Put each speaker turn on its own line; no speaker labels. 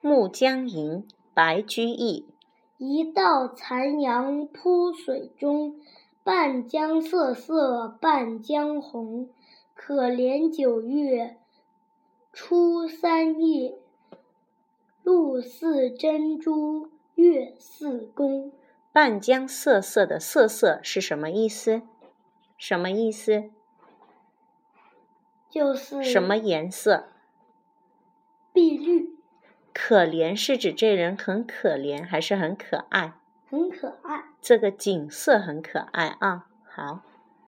暮江吟·白居易。
一道残阳铺水中，半江瑟瑟半江红。可怜九月初三夜，露似真珠月似弓。
半江瑟瑟的“瑟瑟”是什么意思？什么意思？
就是
什么颜色？
碧绿，
可怜是指这人很可怜，还是很可爱？
很可爱。
这个景色很可爱啊，好。